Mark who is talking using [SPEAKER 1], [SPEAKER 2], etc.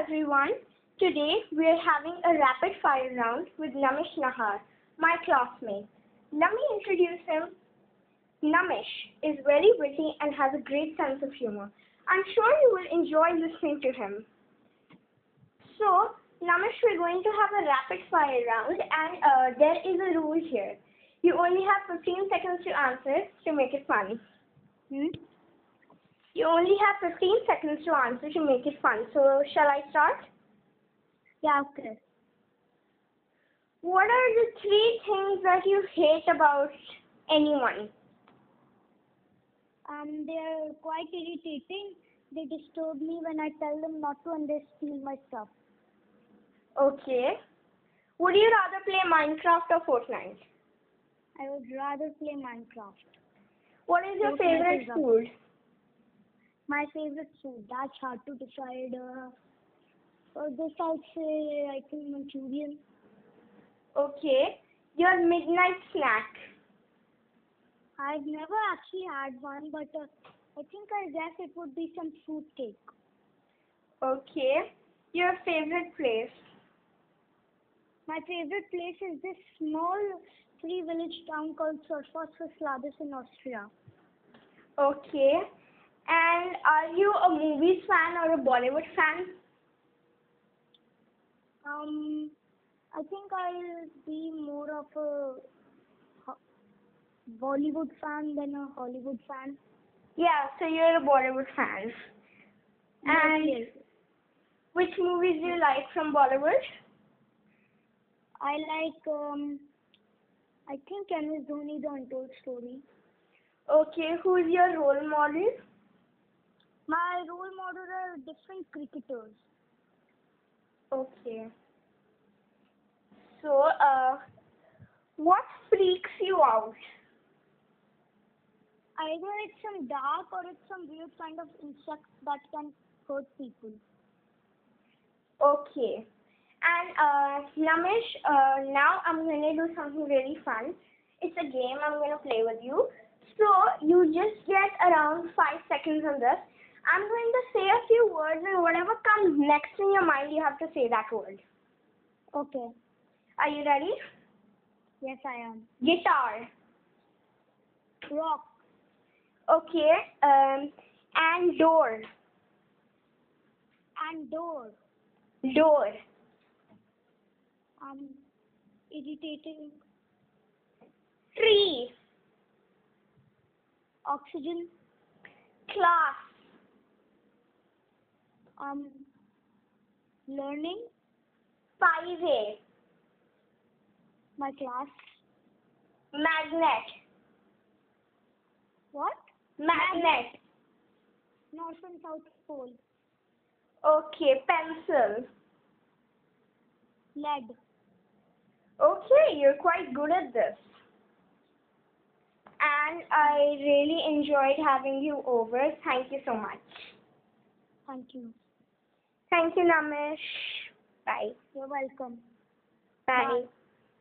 [SPEAKER 1] everyone. Today we are having a rapid fire round with Namish Nahar, my classmate. Let me introduce him. Namish is very witty and has a great sense of humor. I'm sure you will enjoy listening to him. So, Namish, we're going to have a rapid fire round, and uh, there is a rule here. You only have 15 seconds to answer to make it fun.
[SPEAKER 2] Hmm?
[SPEAKER 1] You only have 15 seconds to answer to make it fun. So, shall I start?
[SPEAKER 2] Yeah, okay.
[SPEAKER 1] What are the three things that you hate about anyone?
[SPEAKER 2] Um, they are quite irritating. They disturb me when I tell them not to and they steal my stuff.
[SPEAKER 1] Okay. Would you rather play Minecraft or Fortnite?
[SPEAKER 2] I would rather play Minecraft.
[SPEAKER 1] What is your
[SPEAKER 2] Fortnite
[SPEAKER 1] favorite
[SPEAKER 2] is rubbish.
[SPEAKER 1] food?
[SPEAKER 2] My favorite food. That's hard to decide. Uh, for this, I'll say I think Manchurian.
[SPEAKER 1] Okay. Your midnight snack.
[SPEAKER 2] I've never actually had one, but uh, I think I guess it would be some fruitcake.
[SPEAKER 1] Okay. Your favorite place.
[SPEAKER 2] My favorite place is this small free village town called Sorfossfusladis in Austria.
[SPEAKER 1] Okay. And are you a movies fan or a Bollywood fan?
[SPEAKER 2] Um, I think I'll be more of a Ho- Bollywood fan than a Hollywood fan.
[SPEAKER 1] Yeah, so you're a Bollywood fan. And
[SPEAKER 2] Yes, yes.
[SPEAKER 1] which movies do you like from Bollywood?
[SPEAKER 2] I like, um, I think Ms. Dhoni, The Untold Story.
[SPEAKER 1] Okay, who's your role model?
[SPEAKER 2] My role model are different cricketers.
[SPEAKER 1] Okay. So, uh, what freaks you out?
[SPEAKER 2] Either it's some dark or it's some weird kind of insects that can hurt people.
[SPEAKER 1] Okay. And uh, Namish, uh, now I'm gonna do something really fun. It's a game I'm gonna play with you. So you just get around five seconds on this. I'm going to say a few words, and whatever comes next in your mind, you have to say that word.
[SPEAKER 2] Okay.
[SPEAKER 1] Are you ready?
[SPEAKER 2] Yes, I am.
[SPEAKER 1] Guitar.
[SPEAKER 2] Rock.
[SPEAKER 1] Okay. Um, and door.
[SPEAKER 2] And door.
[SPEAKER 1] Door.
[SPEAKER 2] Um, irritating.
[SPEAKER 1] Tree.
[SPEAKER 2] Oxygen.
[SPEAKER 1] Class.
[SPEAKER 2] um, learning
[SPEAKER 1] Pivot.
[SPEAKER 2] my class.
[SPEAKER 1] Magnet.
[SPEAKER 2] What?
[SPEAKER 1] Magnet.
[SPEAKER 2] North and South Pole.
[SPEAKER 1] Okay. Pencil.
[SPEAKER 2] Lead.
[SPEAKER 1] Okay, you're quite good at this. And I really enjoyed having you over. Thank you so much.
[SPEAKER 2] Thank you.
[SPEAKER 1] Thank you, Namish. Bye.
[SPEAKER 2] You're welcome.
[SPEAKER 1] Bye.
[SPEAKER 2] Bye.